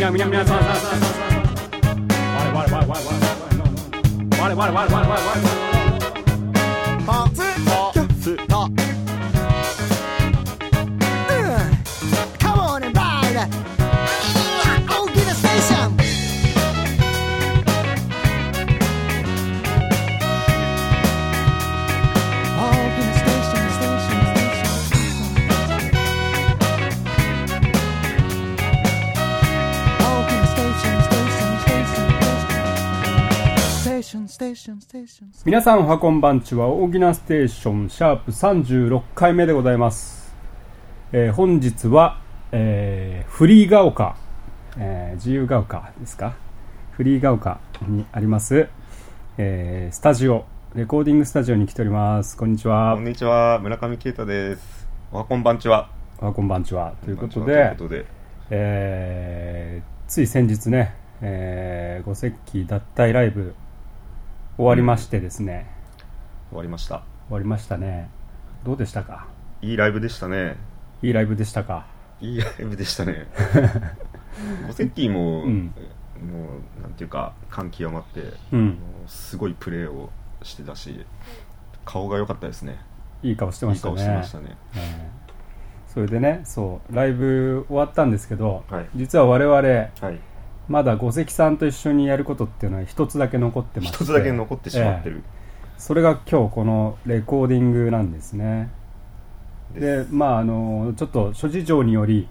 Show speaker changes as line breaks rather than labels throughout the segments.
なみなみなさささささ我々我々我々我々我々我々我々
ポツポツとうんカモンバイダ大きなステーション大きなステーションステーションステーションStation, station, station.
皆さんおはこんばんちは大きなステーションシャープ36回目でございます、えー本日は、えーフリーが丘、えー自由が丘ですかフリーが丘にあります、えースタジオレコーディングスタジオに来ておりますこんにちは
こんにちは、村上啓太です。おはこんばんちは。
おはこんばんちはということ
という
で
ことで、
えーつい先日ね、えー、五石器脱退ライブ終わりましてですね、
終わりました。
終わりましたねどうでしたか
いいライブでしたね。
いいライブでしたか
いいライブでした ね。五セッキーも、
うん
もう、なんていうか、感極まって、
うん
もうすごいプレーをしてたし、顔が良かったですね。
いい顔して
い
ま
い
したね
顔してましたね。
えーそれでねそうライブ終わったんですけど、
はい
実は我々
はい。
まだ五関さんと一緒にやることっていうのは一つだけ残ってまして
一つだけ残ってしまってる。
それが今日このレコーディングなんですねでまああのちょっと諸事情により、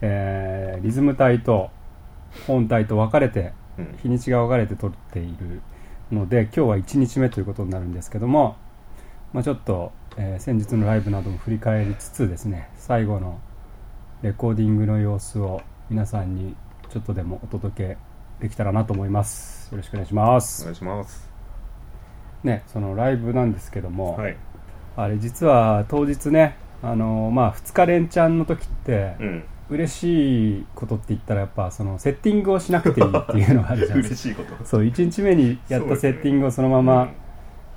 えーリズム隊と本隊と分かれて
うん
日にちが分かれて撮っているので今日は1日目ということになるんですけども、まあ、ちょっと、えー先日のライブなども振り返りつつですね最後のレコーディングの様子を皆さんにちょっとでもお届けできたらなと思いますよろしくお願いしま
お
す
願いします。
ねそのライブなんですけども、
はい。
あれ実は当日ねあのまあ2日連チャンの時って
うん。
嬉しいことって言ったらやっぱそのセッティングをしなくていいっていうのがあるじゃないです
嬉
か
しいこと。
そう1日目にやったセッティングをそのま
うん
ま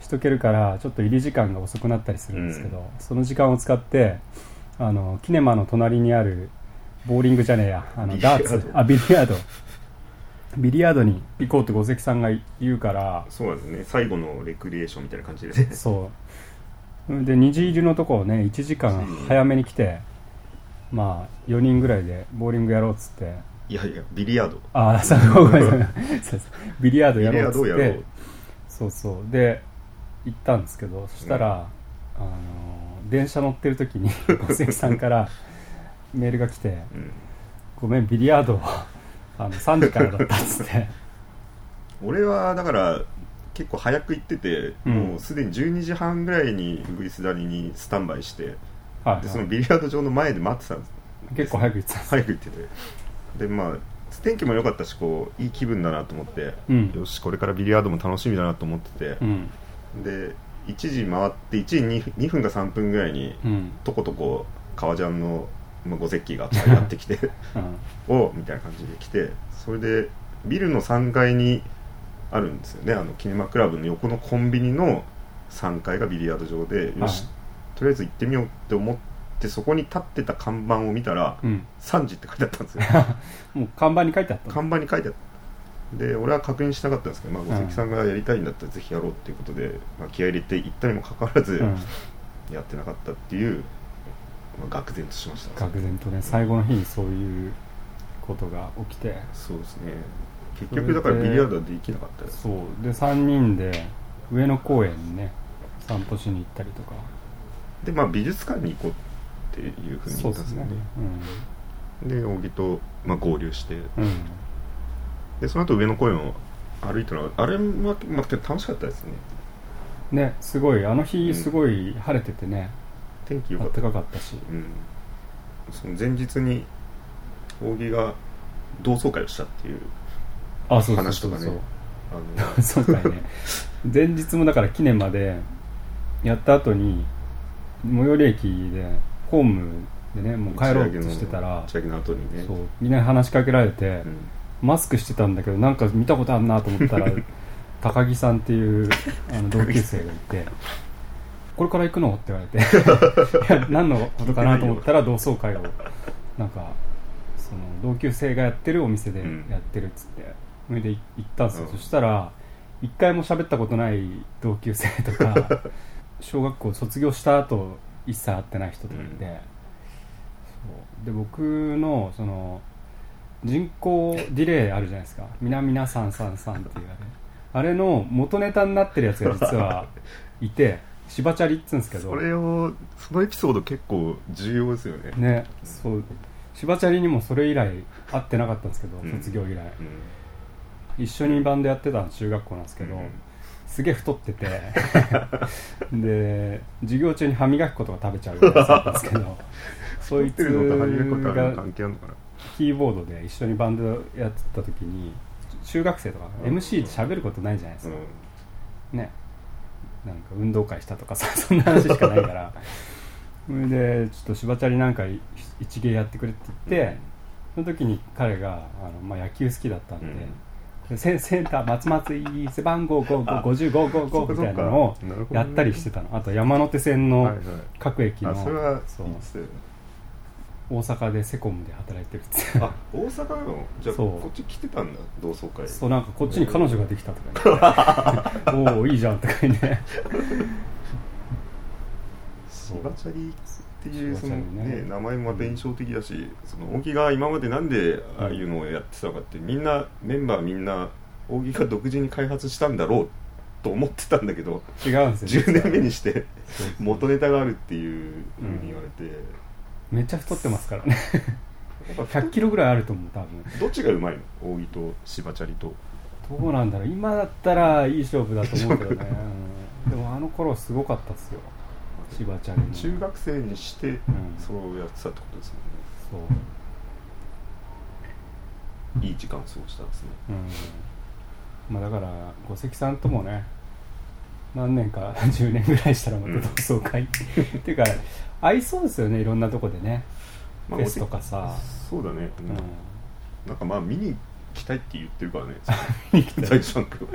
しとけるからちょっと入り時間が遅くなったりするんですけど、
う
その時間を使ってあのキネマの隣にあるボーリングじゃねえやあの
ビリ
ダ
ヤー
ー
ド
ツあビリヤードビリヤードに行こうって五関さんが言うから
そうなんですね。最後のレクリエーションみたいな感じで。
そうで2時入りのとこをね1時間早めに来て、まあ4人ぐらいでボーリングやろうっつって
いやいや、ビリヤード。
ああそうごめんなさいそうそうビリヤード
ビ
や
リ
ろ
ヤ
う
ー
っ
ドを
つ
や
っ
ろ
て
う。
そうそうで行ったんですけどそしたら、あの電車乗ってる時に小関さんからメールが来て
うん
「ごめんビリヤードはあの3時からだった」っつって
俺はだから結構早く行ってて、
うん
もうすでに12時半ぐらいにウグイス谷にスタンバイして
はい
でそのビリヤード場の前で待ってたんです
結構早く行ってたんです
早く行っててでまあ天気も良かったしこういい気分だなと思って、
うん
よしこれからビリヤードも楽しみだなと思ってて
う、ん
で1時回って1時 2, 2分か3分ぐらいに、
うん
とことこ革ジャンのまあ五石器がやってきて
うん
おうみたいな感じで来てそれでビルの3階にあるんですよねあのキネマクラブの横のコンビニの3階がビリヤード場でよし、
は
とりあえず行ってみようって思ってそこに立ってた看板を見たら
うん
3時って書いてあった んですよ
もう看板に書いてあった
看板に書いてあったで俺は確認しなかったんですけど、まあ、
ん
五関さんがやりたいんだったらぜひやろうっていうことで、まあ、気合い入れて行ったにもかかわらず
うん
やってなかったっていう、まあ、愕然としました
愕然とね最後の日にそういうことが起きて
そうですね結局だからビリヤードはできなかったです
そうで3人で上野公園にね散歩しに行ったりとか
でまあ美術館に行こうっていうふうに
そ
言
うで
ったんですすよ
ね
ねで小木と、まあ、合流して
うん、うん、
でその後上野公園を歩いたのあれも、まあ、楽しかったですね
ねすごいあの
う
日
ん
すごい晴れててね、
天気良か
暖
った
かかったし
うんその前日に小木が同窓会をしたっていう
あそうそう
話
そ
と
う
か
そ
ね
う
あの
そうだ よね前日もだから記念までやった後に最寄り駅でホームでねもう 帰ろうとしてたら
打ち上げの打ち上げの後にね
そうみんなに話しかけられて、
うん
マスクしてたんだけどなんか見たことあるなと思った ら高木さんっていうあの同級生がいて「これから行くの?」 って言われていや何のことかなと思ったら同窓会をなんかその同級生がやってるお店で
うん
やってるっつって、それで行ったんですよ、
うん
そしたら一回も喋ったことない同級生とか小学校卒業した後一切会ってない人とかいて、
うん
そうで僕のその人工ディレイあるじゃないですか「みなみなさんさんさん」っていうあれあれの元ネタになってるやつが実はいてしばちゃりっつうんですけど
それをそのエピソード結構重要ですよね
ねそうしばちゃりにもそれ以来会ってなかったんですけど、
うん
卒業以来
うん
一緒にバンドやってた中学校なんですけど、
うん
すげえ太って てで授業中に歯磨き粉とか食べちゃうやつなんですけどそい
撮って
つ
るのと始めることは
が
関係あるのかな
キーボードで一緒にバンドやってた時に中学生とか
うん
MC で喋ることないじゃないです
う
か、
ん
ねなんか運動会したとかさ そんな話しかない からそれでちょっとしばちゃりなんかい一芸やってくれって言って、その時に彼があの、まあ、野球好きだったんで、でセセンター松松井背番号5555みたいなのをやったりしてたのあと山手線
はいは
の
い
各駅の
あそれは
そう
言ってたよね
大阪でセコムで働いてるっつって
あ大阪のじゃあ
そう
こっち来てたんだ同窓会
そうなんかこっちに彼女ができたとか 言っておおいいじゃんとか言って
しばちゃりっていうその、
しばちゃりね
ね、名前も伝承的だしその扇が今までなんでああいうのをやってたかってみんなメンバーみんな扇が独自に開発したんだろうと思ってたんだけど
違うんですよ
10年目に
し
して元ネタがあるっていうふうに言われて、
めっちゃ太ってますからね
やっぱ
100キロぐらいあると思う多分
どっちがうまいの扇としばちゃりと
どうなんだろう今だったらいい勝負だと思うけど ね、うんでもあの頃すごかったっすよしばちゃんに
中学生にして
うん
そうやってたってことですもんね
そう、
いい時間を過ごしたんですね。
うん、まあだから五関さんともね何年か 10年ぐらいしたらま
うん
た同窓会、っていうか合いそうですよねいろんなとこでね、
まあ
フェスとかさ、
そうだね、
うん
なんかまあ見に来たいって言って るからね、
そ
最初の頃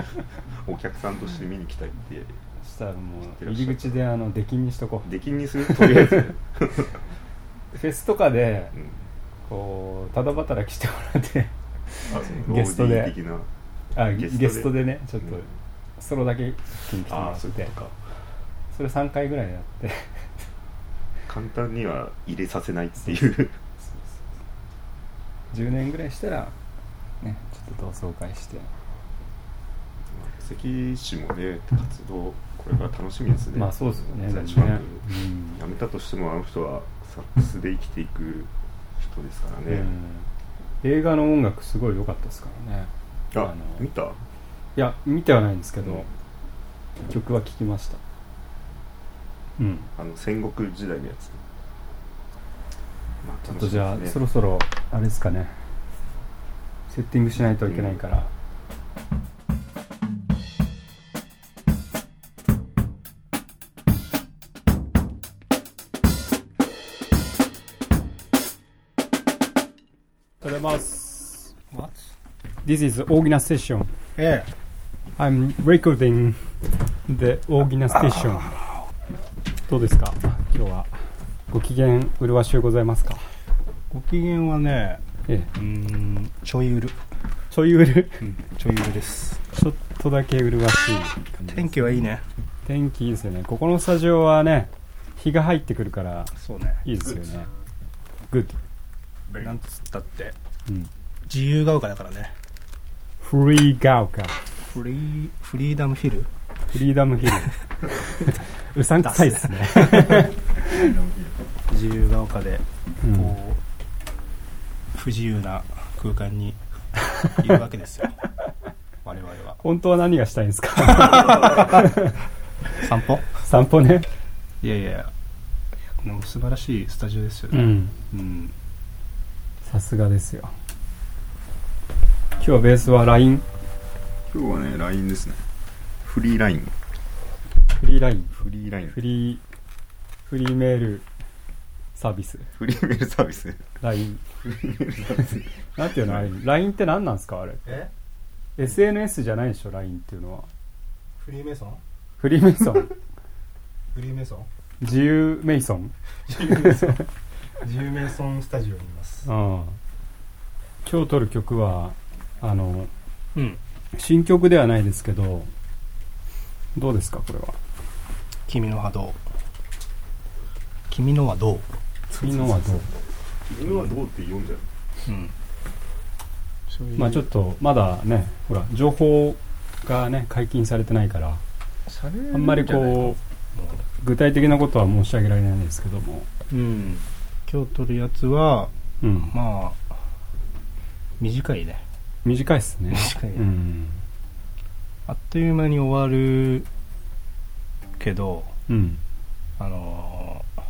お客さんとして見に来たいって、
したらもう入り口であの出禁にしとこ
出禁にすると りあえず、ね
うフェスとかで
うん
こうただ働きしてもら って
あその
ゲストで
OD 的な、
あゲ
ゲストで
ストでねちょっと
うん
ソロだけ聞きに来ても
あ
ら
あ、
っ
そうい
て
うことか、
それ3回ぐらいやって
簡単には入れさせないっていう、
10年ぐらいしたらねちょっと同窓会して
関市もね、活動、これから楽しみですね。
まあそうですよね
最初は
ね
ね辞めたとしてもあの人はサックスで生きていく人ですから
うんう
ね、
ん映画の音楽すごい良かったですからね
あ
あの
見た
いや見てはないんですけど、
うん
曲は聴きましたうん
あの戦国時代のやつ、まあ
ちょっとじゃあ、
楽しみです
そ
ね
ろそろあれですかねセッティングしないといけないから、おはようございます。
What?
This is Ogina Station.
Yeah.
I'm recording the Ogina Station. どうですか今日は。ご機嫌麗しゅうございますか
ご機嫌はね、
ええ。
うーん、ちょいうる。
ちょいうる。
ちょいうるです。
ちょっとだけ麗しい感じ。
天気はいいね。
天気いいですよね。ここのスタジオはね、日が入ってくるから
そうね。
いいですよね。Good.
なんつったって。
うん。
自由が丘だからね。
フリーガウカ。
フリー、フリーダムヒル。
フリーダムヒル。うさんくさいですね。
自由が丘で、
うん
こう、不自由な空間にいるわけ ですよ。我々は。
本当は何がしたいんですか
散歩
散歩ね。
いやいやいや。でも素晴らしいスタジオですよ
う
ね。
ん。
うん。
さすがですよ。今日はベースは LINE。
今日はね LINE ですねフリー LINE
フリー LINE。
フリー LINE
フリー、フリーメールサービス。
フリーメールサービス
LINE。なんていうのあれ ?LINE って何なんですかあれ。
え
SNS じゃないでしょ ?LINE っていうのは。
フリーメイソン
フリーメイソン。
フリーメイソン
自由メイソン。
自由メイソンスタジオにいます。
うん。今日撮る曲はあの
うん
新曲ではないですけどどうですかこれは
君の波動君のはどう
次のはどう
犬はどうって言うんじゃん
うんそういう
まあちょっとまだねほら情報がね解禁されてないからあんまりこう具体的なことは申し上げられないんですけども
う、うん、今日撮るやつは
うん
まあ短いね
短いっすね
短い、
うん
あっという間に終わるけど
うん
あのー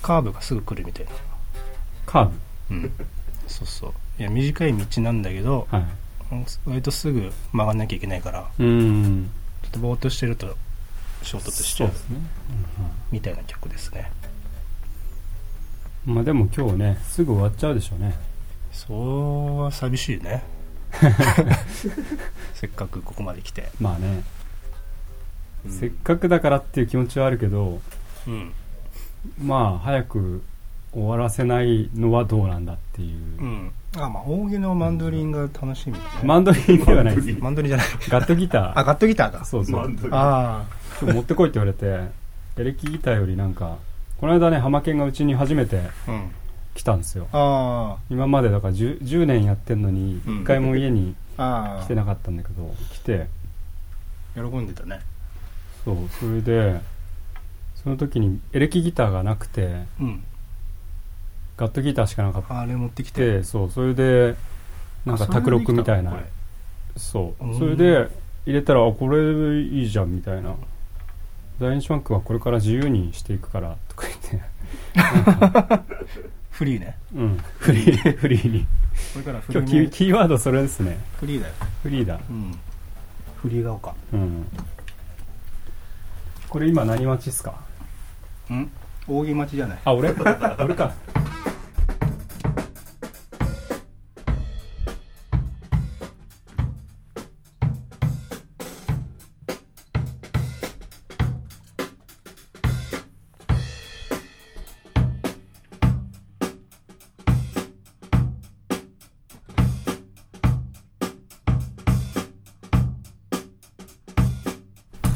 カーブがすぐ来るみたいな
カーブ
うんそうそういや短い道なんだけど
はい
割とすぐ曲がんなきゃいけないから
うん
ちょっとぼーっとしてると衝突しち
そ
ゃ
う
う
ですね、
みたいな曲ですね
うんまあでも今日ねすぐ終わっちゃうでしょうね
そうは寂しいね せっかくここまで来て
まあね、
うん
せっかくだからっていう気持ちはあるけど
うん
まあ早く終わらせないのはどうなんだっていう、
うんあまあ扇のマンドリンが楽しみだね、
マンドリンではないです
マンドリンじゃない
ガットギ
あ
タ
ガットギターだ
ーそうそう
なんだよ
あ
今日持ってこいって言われてエレキギターよりなんかこの間ねハマケンがうちに初めて
あうん
来たんですよ
あ
今までだから 10, 10年やってんのに
うん
一回も家に
ああ
来てなかったんだけど、来て
喜んでたね
そうそれでその時にエレキギターがなくて
うん
ガットギターしかなかっ
あれ持ってきて
てそうそれでなんか卓録みたいな
それででき
そう、
うん
それで入れたらあこれいいじゃんみたいな在日ファンクはこれから自由にしていくからとか言って
たのこれフリーね
うんフリー フリーに
これからフリ
今日キー
ー
キーワードそれですね
フリーだよ
フリーだ
うんフリーが丘
うんこれ今何待ちっすか
うん扇町じゃない
あ俺 俺か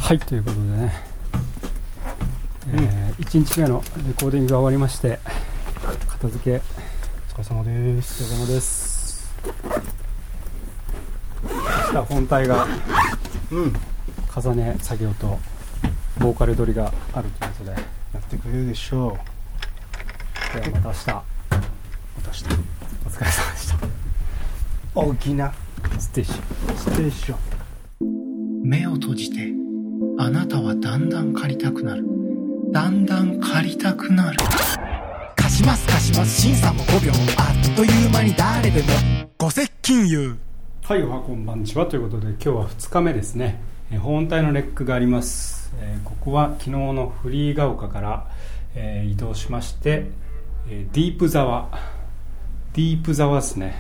はいということでね、えー、1日目のレコーディングが終わりまして片付け
お疲れ様です
お疲れ様ですさあ本体が
うん
重ね作業とボーカル撮りがあるということで
やってくれるでしょう
ではまた明日
私と
お疲れ様でした
沖縄
ステージ
ステーション
目を閉じてあなたはだんだん借りたくなるだんだん借りたくなる
貸します貸します審査も5秒あっという間に誰でもご接近言
はいおはこんばんちはということで今日は2日目ですね、えー本体のレックがあります、えーここは昨日のフリーが丘から、えー移動しまして、えーディープ沢ディープ沢ですね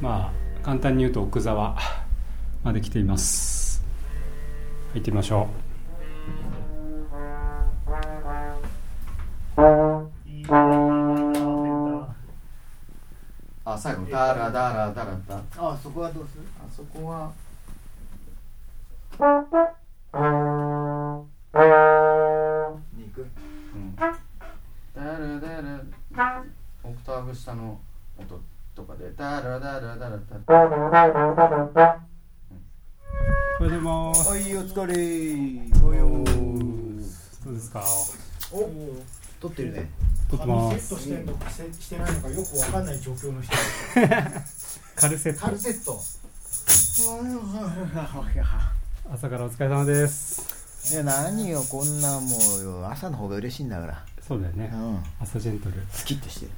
まあ簡単に言うと奥沢まで来ています入ってみましょ
あ、最後、ダラダラダラダ。あ、そこはどうするあそこは。に行くダラダラ。オクターブ下の音とかで、ダラダラダラダ。
うおはようございます
はい、お疲れ。およ
どうですか
撮ってるね。
撮ってます
セットしてんのかせしてないのかよくわかんない状況の人
カルセッ
カル
ト
セット
朝からお疲れ様です
いや、何よ、こんなもうよ、朝の方が嬉しいんだから。
そうだよね
うん。
朝ジェントル
スキッとしてる。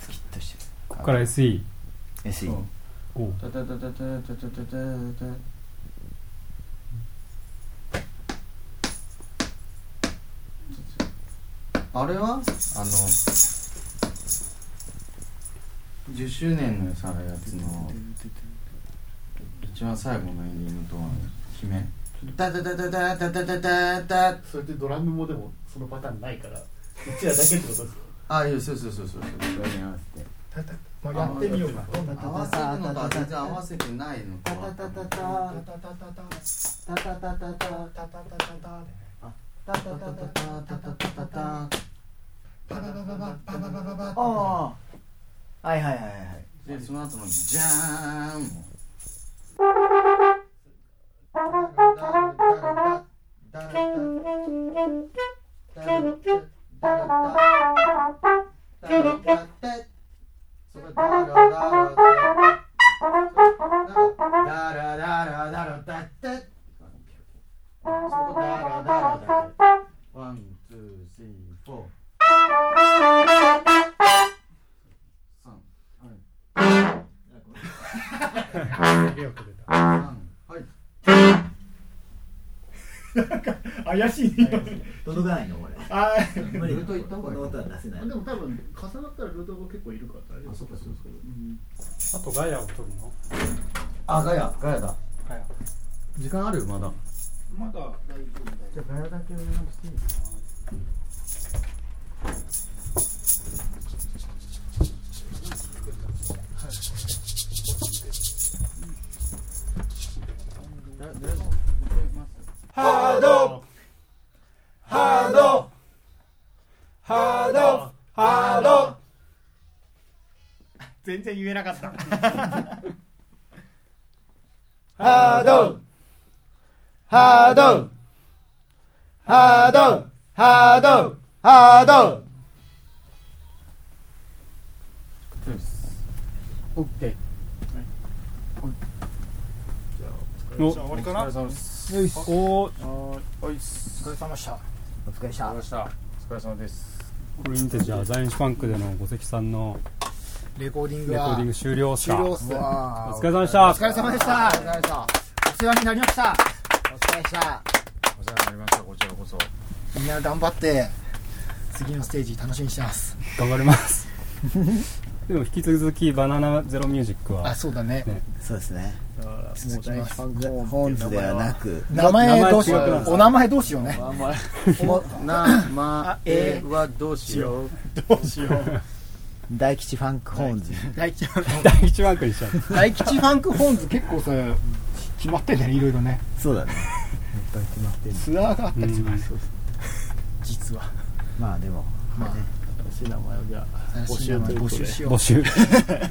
スキッとしてる。こ
ここから SE
SE。
おう
タタタタタタタタタタあれはあの10周年のさやつの一番最後のエンディングとは決めダダダダダダダダダダ
それってドラムもでもそのパターンないからうちらだけってことですよ
あいやそうそうそうそうそれに合わせて
たたまあやってみようかどんな
合わせるのとは全然合わせてないのとは
タタタタタタタタタタパパパパパパパパパパ
ああはいはいはいはい
でその後のじゃーんもワン、ツー、スリー、フォー。三、はい。はい。
怪しいね
届かないのこれ
あ
無理
ルート行った方がいい
この音は出せない
でも多分重なったらルートが結構いるから大丈夫
あ、そっかそっか。
うん
あとガイアを取るの
あ、ガヤ、ガヤだ。
ガヤ
時間あるまだ。
まだ大丈夫
じゃあガヤだけお願いしていいですか
ハードハードハードハード
全然言えなかった
ハードハードハードハードハード
オッケー。
お
じゃあ終わりかな
お疲れ様です。
よいしょ
おいっす。
お疲れ様でした
お疲れでした
お疲れ様です。
これにてじゃあザインシュパンクでの五関さんの
レコーディング
レコー
は
ディング終了し
終
た
了っ
お
すわ
疲れ様でした
お疲れ様でしたお疲れ様お世話になりましたお疲れでした
お世話になりました。こちらこそ。
みんな頑張って次のステージ楽しみにしてます
頑張りますでも引き続きバナナゼロミュージックは
あそうだね
そうですね
続きます
ホーンズではなく
名前どうしよ
名前違
う
う
お名前どうしようね
なまえはどうしよう。
どうしよう
大吉ファンクホーンズ
大吉
第一ワンクにしちゃう
大吉ファンクホーンズ結構さ決まってんだねいろいろね
そうだね本当に決まってる
ツアーがあったりする
うん
実は
まあでも
まあ
新しい名前をじゃあ
募集募集しよう
募 集お疲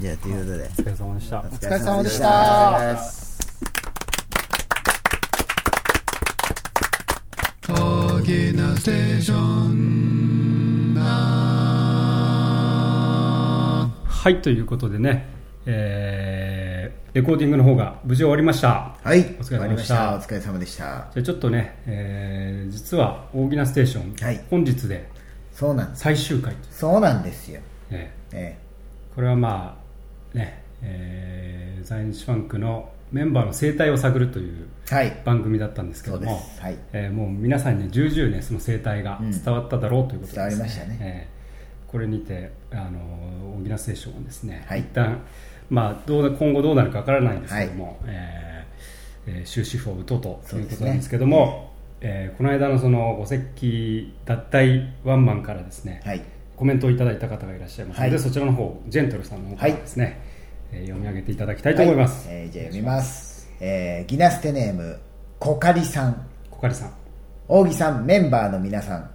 じゃあということで
れ様でした
お
お
疲
疲れ様でし
れ様
た
はいということでね、えーレコーディングの方が無事終わりました
はい
お疲
終
れ様
わり
で
ま
し
したたお疲れ様でし
じ
た
ゃあちょっとね、えー実は「大きなステーション」
はい
本日で
そうなんです
最終回という
そうなんですよ
ね
え
これはまあね、えーザインシュファンクのメンバーの生態を探るという
えはい
番組だったんですけ
そ
ど
うで
も、
すはい
えーもう皆さんに重々ねその生態が
うん
伝わっただろうということです、
伝わりましたね
えーこれにてあのー大きなステーションをですね、
はい
一旦まあどう今後どうなるかわからないんですけども、えーえー終止符を打とうということなんですけども、えーこの間のその五石脱退ワンマンからですね、
はい
コメントをいただいた方がいらっしゃいますので、
はい
そちらの方ジェントルさんの方からですね、えー読み上げていただきたいと思います、
えーじゃあ読みますえーギナステネームコカリさん
コカリさん
大木さんメンバーの皆さん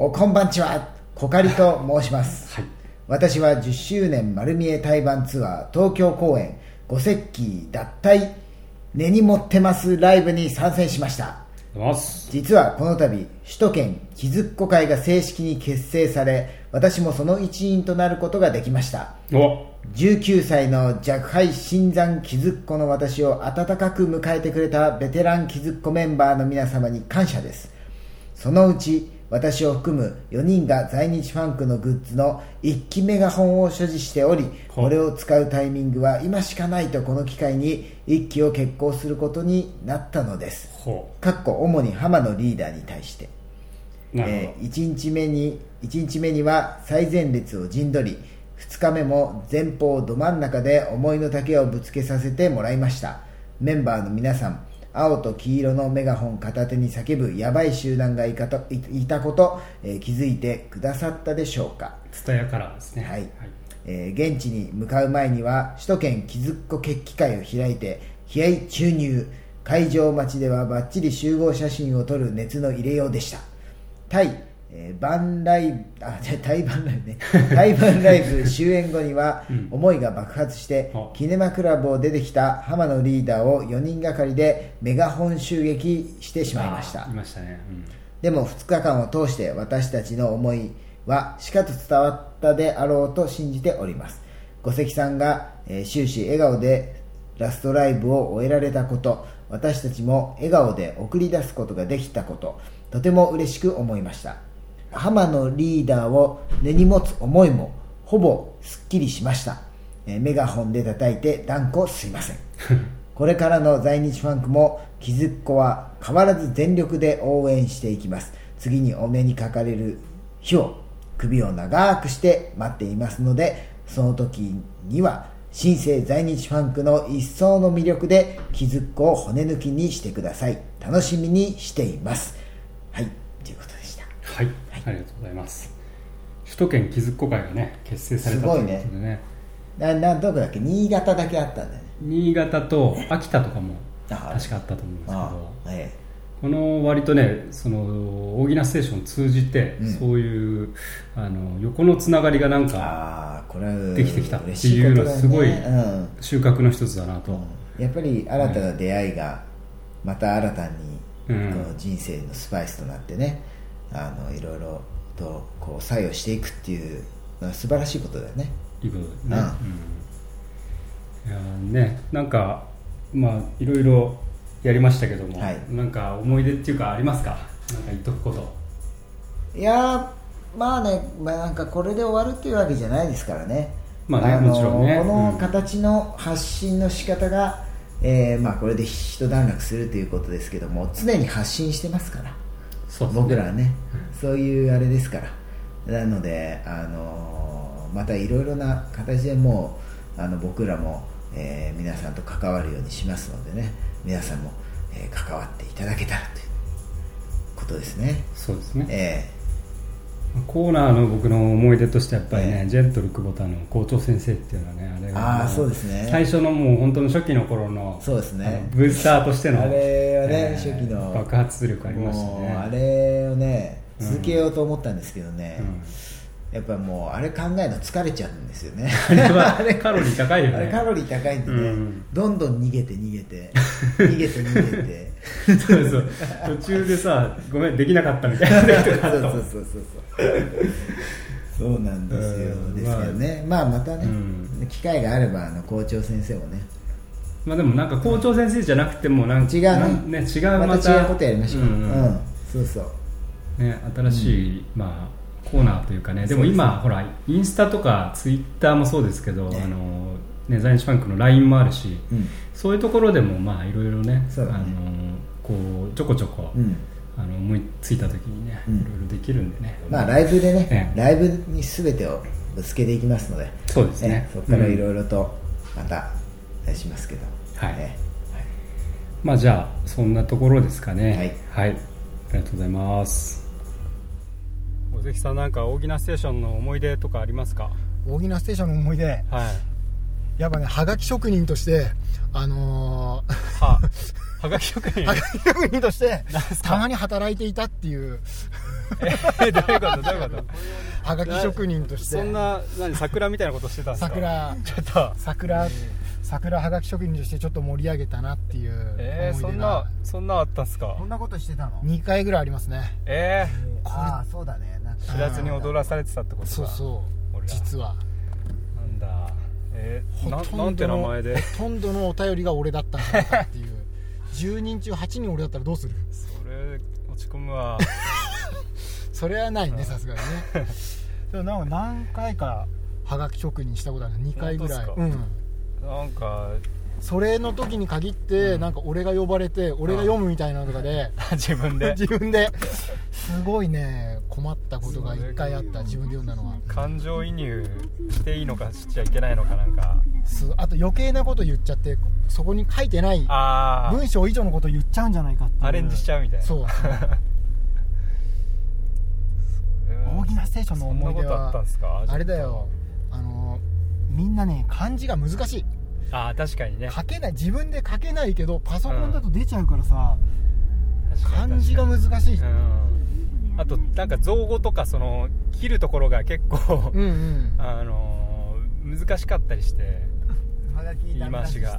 おこんばんちはコカリと申します、
はい
私は10周年丸見え対バンツアー東京公演五石器脱退根に持ってますライブに参戦しました
ありがとうございます
実はこの度首都圏気づっこ会が正式に結成され私もその一員となることができました
お
19歳の若輩新参気づっこの私を温かく迎えてくれたベテラン気づっこメンバーの皆様に感謝ですそのうち私を含む4人が在日ファンクのグッズの1期メガホンを所持しておりこれを使うタイミングは今しかないとこの機会に1期を決行することになったのです
ほ
かっこ主に浜野リーダーに対して
うなるほど、
え1日目に一日目には最前列を陣取り2日目も前方ど真ん中で思いの丈をぶつけさせてもらいましたメンバーの皆さん青と黄色のメガホン片手に叫ぶやばい集団がいかといいたこと、えー気づいてくださったでしょうか
蔦屋からですね
はい、えー現地に向かう前には首都圏きずっこ決起会を開いて気合注入会場待ちではバッチリ集合写真を撮る熱の入れようでしたタイ、えーバンライブあじゃタイバンライブねタイバンライブ終演後には思いが爆発して、キネマクラブを出てきた浜野リーダーを4人がかりでメガホン襲撃してしまいました
あいましたね、うん
でも2日間を通して私たちの思いはしかと伝わったであろうと信じております五関さんが、えー終始笑顔でラストライブを終えられたこと私たちも笑顔で送り出すことができたこととても嬉しく思いました浜のリーダーを根に持つ思いもほぼすっきりしました、えーメガホンで叩いて断固すいませんこれからの在日ファンクも気づっこは変わらず全力で応援していきます次にお目にかかれる日を首を長くして待っていますのでその時には新生在日ファンクの一層の魅力で気づっこを骨抜きにしてください楽しみにしていますはいということでした
はい、ありがとうございます首都圏気づっこ会がね結成されたということです
ご
ね
ななどこだっけ新潟だけあったんだよね
新潟と秋田とかも
あ
確かあったと思うんですけ
あ
ど
あえ
この割とねそのオギナステーション通じて、
うん
そういうあの横のつながりがなん
え
か
ああこれは
できてきたって
嬉しい
い
こ
う
と
の
だ
は
よね
すごい
うん
収穫の一つだなと、
やっぱり新たな出会いがまた新たにこ
うん
の人生のスパイスとなってねあのいろいろとこう作用していくっていうのは素晴らしいことだよね
いいことだね、うんいやーねなんかまあいろいろやりましたけども、
はい
なんか思い出っていうかありますかなんか言っとくこと
いやーまあね、まあ、なんかこれで終わるっていうわけじゃないですからね
まあね
の
もちろんね
この
うん
形の発信の仕方が、えーまあ、これで一段落するということですけども常に発信してますから
そうですね
僕らはねそういうあれですからなので、あのーまたいろいろな形でもうあの僕らも、えー皆さんと関わるようにしますのでね皆さんも、えー関わっていただけたらということですね
そうですね
え
コーナーの僕の思い出としてやっぱりね、ジェントル久保田の校長先生っていうのはねあれが
あーそうですね
最初のもう本当の初期の頃の
そうですね
あのブースターとしての
あれは
え
ね
ー
初期の
爆発力ありました
もうあ
ね
れをね続けようと思ったんですけどね、やっぱもうあれ考えるの疲れちゃうんですよ ね
あれはカロリー高いよね
あれカロリー高いんでね、
うん
どんどん逃げて逃げて 逃げて逃げて
そうそう途中でさごめんできなかったみたいな時とかあ
そ
っ
う
たも
そ
ん
うそうそうそうそうなんですよ、
うん
ですけどね、まあ、またね、
う
機会があればあの校長先生もね
まあでもなんか校長先生じゃなくてもなんか
違うね
なんね違うまた
また違うことやりましょう、うん
ん
そうそう
ね、新しい、まあ、コーナーというかねでも今ほらインスタとかツイッターもそうですけど、あのね、在日ファンクの LINE もあるし、
うん
そういうところでもまあいろいろね
そうだ
あ
ね
のこうちょこちょこ、
うん
あの思いついた時にねい
うん
ろいろできるんでね、
まあライブでね、
ええ
ライブに全てをぶつけていきますので
そうですね
ええそこからいろいろとまたお願いしますけど、
はい
え
まあじゃあそんなところですか
はい
ねはい、ありがとうございます小関さんなんか大きなステーションの思い出とかありますか
大喜なステーションの思い出
はい
やっぱねはがき職人としてあのー
ははがき職人
はがき職人としてたまに働いていたっていう
えどういうことどういうこと
はがき職人とし て
そんな何桜みたいなことしてたんですか
桜
ちょっと
桜桜はがき職人としてちょっと盛り上げたなっていう思い出が、
えー、そんなそんなあったんすか
そんなことしてたの
2回ぐらいありますね
え
ああそうだねなんか
ー、知らずに踊らされてたってことか
そうそう
俺ら
実は
なんだえー、
ほ
な
とんどの
なんて名前で
ほとんどのお便りが俺だったんじゃないかっていう10人中8人俺だったらどうする
それ落ち込むわ
それはないねさすがにねでもなんか何回かはがき職人したことある2回ぐらい
本当っす
う
か
ん
なんか
それの時に限ってなんか俺が呼ばれて俺が読むみたいなのとかで
自 分で
自分ですごいね困ったことが一回あった自分で読んだのは
感情移入していいのかしちゃいけないのかなんか
すあと余計なこと言っちゃってそこに書いてない
あー
文章以上のこと言っちゃうんじゃないかっていう
アレンジしちゃうみたいな
そう大きなステーションの思い出
そんなことあった
は
んすか
あれだよあのみんなね漢字が難しい
ああ確かにね
書けない自分で書けないけどパソコンだと出ちゃうからさ、漢字が難しい、
あとなんか造語とかその切るところが結構、
うんうん
あのー難しかったりして言い回しが
は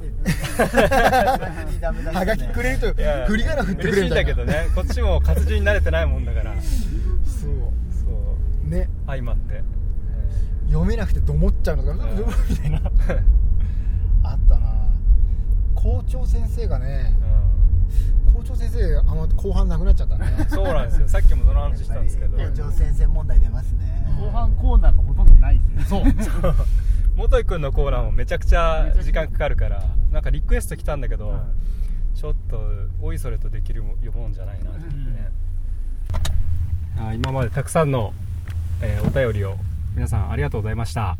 がきくれると
いや
振り仮名振ってくれる
嬉しい
み
ん
た
だ
いな
けどねこっちも活字に慣れてないもんだから
そう
そう
ね
相まって
読めなくてどもっちゃうのか、みたいな あったな校長先生がね、校長先生あんま後半なくなっちゃったね
そうなんですよさっきもその話したんですけど
校長先生問題出ますね
後
半コーナーがほとんどないです
そ
ね
う 元井君のコーナーもめちゃくちゃ時間かかるからなんかリクエスト来たんだけど、ちょっとおいそれとできるももんじゃないなってね、あー今までたくさんの、えーお便りを皆さんありがとうございました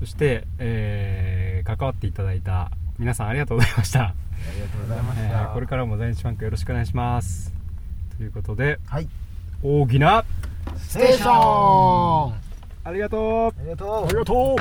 そして、えー関わっていただいた皆さんありがとうございましたありがとうございま
した
これからも在日ファンクよろしくお願いしますということで、
はい、
大きな
ステーション
ありがとうありがとうありがとう